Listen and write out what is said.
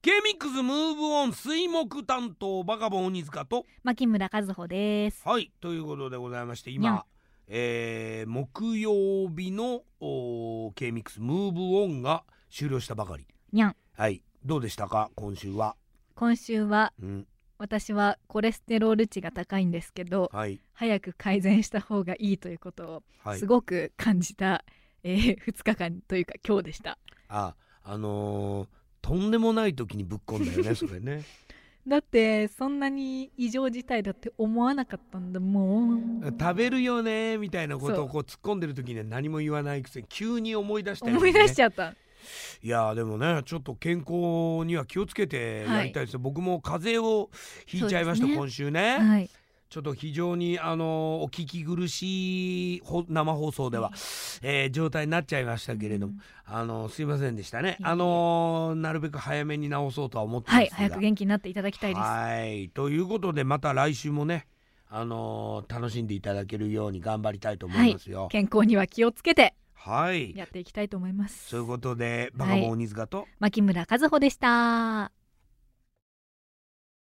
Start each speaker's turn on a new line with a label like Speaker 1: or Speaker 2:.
Speaker 1: ケミックスムーブオン水木担当バカボン鬼塚と
Speaker 2: 牧村和穂です。
Speaker 1: はいということでございまして
Speaker 2: にゃん
Speaker 1: 今、えー木曜日のおー K ミックスムーブオンが終了したばかり
Speaker 2: にゃん、
Speaker 1: はいどうでしたか今週は
Speaker 2: 今週は
Speaker 1: うん
Speaker 2: 私はコレステロール値が高いんですけど、
Speaker 1: はい
Speaker 2: 早く改善した方がいいということ
Speaker 1: は
Speaker 2: を
Speaker 1: い
Speaker 2: すごく感じた、えー、2日間というか今日でした。
Speaker 1: ああのーとんでもない時にぶっこんだ よねそれね
Speaker 2: だってそんなに異常事態だって思わなかったんだもん。
Speaker 1: 食べるよねみたいなこと
Speaker 2: そ
Speaker 1: を
Speaker 2: う
Speaker 1: こう突っ込んでる時には何も言わないくせに急に思い出したよね
Speaker 2: 思い出しちゃった。
Speaker 1: いやーでもねちょっと健康には気をつけてやりたいですよ、僕も風邪をひいちゃいました、
Speaker 2: そうですね
Speaker 1: 今週ね、
Speaker 2: はい。
Speaker 1: ちょっと非常にあのーお聞き苦しいほ生放送では、えー状態になっちゃいましたけれども、
Speaker 2: うん
Speaker 1: あのーすいませんでしたね
Speaker 2: えいえ
Speaker 1: あのーなるべく早めに治そうとは思ってます
Speaker 2: は
Speaker 1: が
Speaker 2: い、早く元気になっていただきたいです。
Speaker 1: はいということでまた来週もねあのー楽しんでいただけるように頑張りたいと思いますよ
Speaker 2: 健康には気をつけて
Speaker 1: はい、
Speaker 2: やっていきたいと思います
Speaker 1: そう。いうことでバカボン鬼塚と、
Speaker 2: 牧村和穂でした。